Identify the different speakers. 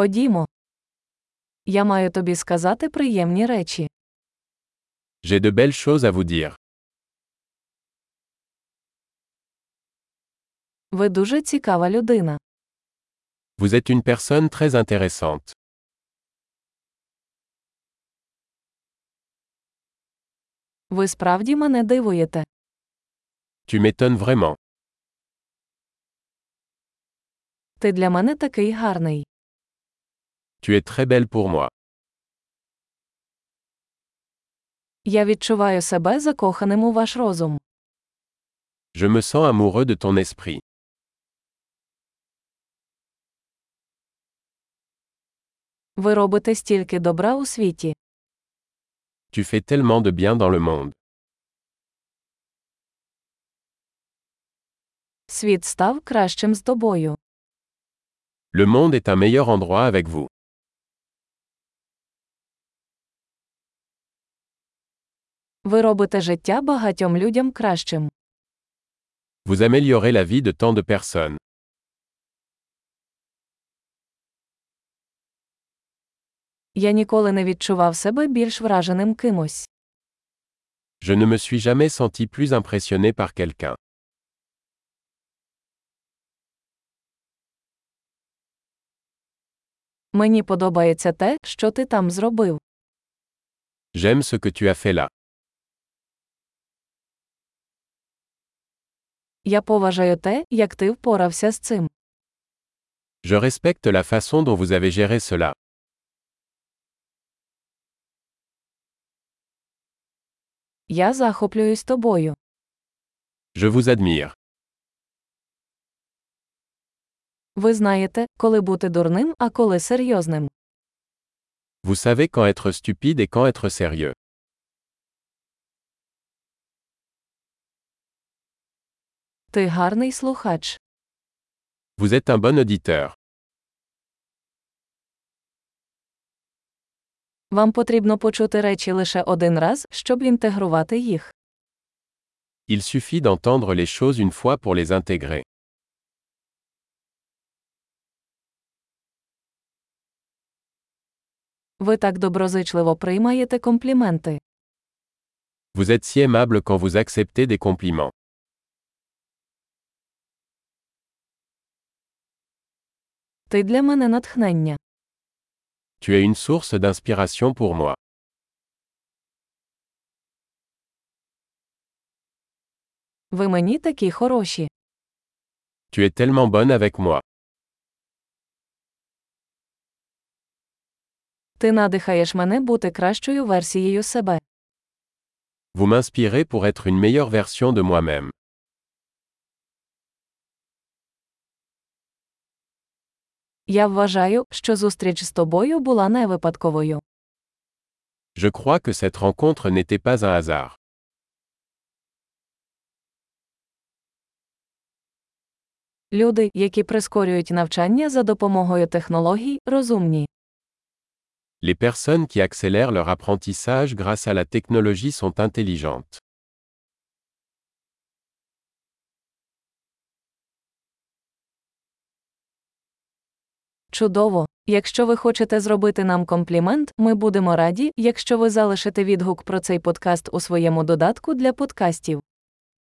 Speaker 1: Ходімо. Я маю тобі сказати приємні речі.
Speaker 2: J'ai de belles choses à vous dire.
Speaker 1: Ви дуже цікава людина.
Speaker 2: Vous êtes une personne très intéressante.
Speaker 1: Ви справді мене дивуєте.
Speaker 2: Tu m'étonnes vraiment.
Speaker 1: Ти для мене такий гарний.
Speaker 2: Tu es très belle pour moi.
Speaker 1: Я відчуваю себе закоханим у ваш розум.
Speaker 2: Je me sens amoureux de ton esprit.
Speaker 1: Ви робите стільки добра у світі.
Speaker 2: Tu fais tellement de bien dans le monde.
Speaker 1: Світ став кращим з тобою.
Speaker 2: Le monde est un meilleur endroit avec vous.
Speaker 1: Ви робите життя багатьом людям кращим.
Speaker 2: Vous améliorez la vie de tant de personnes.
Speaker 1: Я ніколи не відчував себе більш враженим кимось.
Speaker 2: Je ne me suis jamais senti plus impressionné par quelqu'un.
Speaker 1: Мені подобається те, що ти там зробив.
Speaker 2: J'aime ce que tu as fait là.
Speaker 1: Я поважаю те, як ти впорався з цим.
Speaker 2: Je respecte la façon dont vous avez géré cela.
Speaker 1: Я захоплююсь тобою.
Speaker 2: Je vous admire.
Speaker 1: Ви знаєте, коли бути дурним, а коли серйозним.
Speaker 2: Vous savez quand être stupide et quand être sérieux.
Speaker 1: Ти гарний слухач.
Speaker 2: Vous êtes un bon auditeur.
Speaker 1: Вам потрібно почути речі лише один раз, щоб інтегрувати їх.
Speaker 2: Il suffit d'entendre les choses une fois pour les intégrer.
Speaker 1: Ви так доброзичливо приймаєте компліменти.
Speaker 2: Vous êtes si aimable quand vous acceptez des compliments.
Speaker 1: Ти для мене натхнення.
Speaker 2: Tu es une source d'inspiration pour moi.
Speaker 1: Ви мені такі хороші.
Speaker 2: Tu es tellement bonne avec moi.
Speaker 1: Ти надихаєш мене бути кращою версією себе.
Speaker 2: Vous m'inspirez pour être une meilleure version de moi-même.
Speaker 1: Я вважаю, що зустріч з тобою була не випадковою.
Speaker 2: Je crois que cette rencontre n'était pas un hasard.
Speaker 1: Люди, які прискорюють навчання за допомогою технологій, розумні.
Speaker 2: Les personnes qui accélèrent leur apprentissage grâce à la technologie sont intelligentes.
Speaker 1: Чудово! Якщо ви хочете зробити нам комплімент, ми будемо раді, якщо ви залишите відгук про цей подкаст у своєму додатку для подкастів.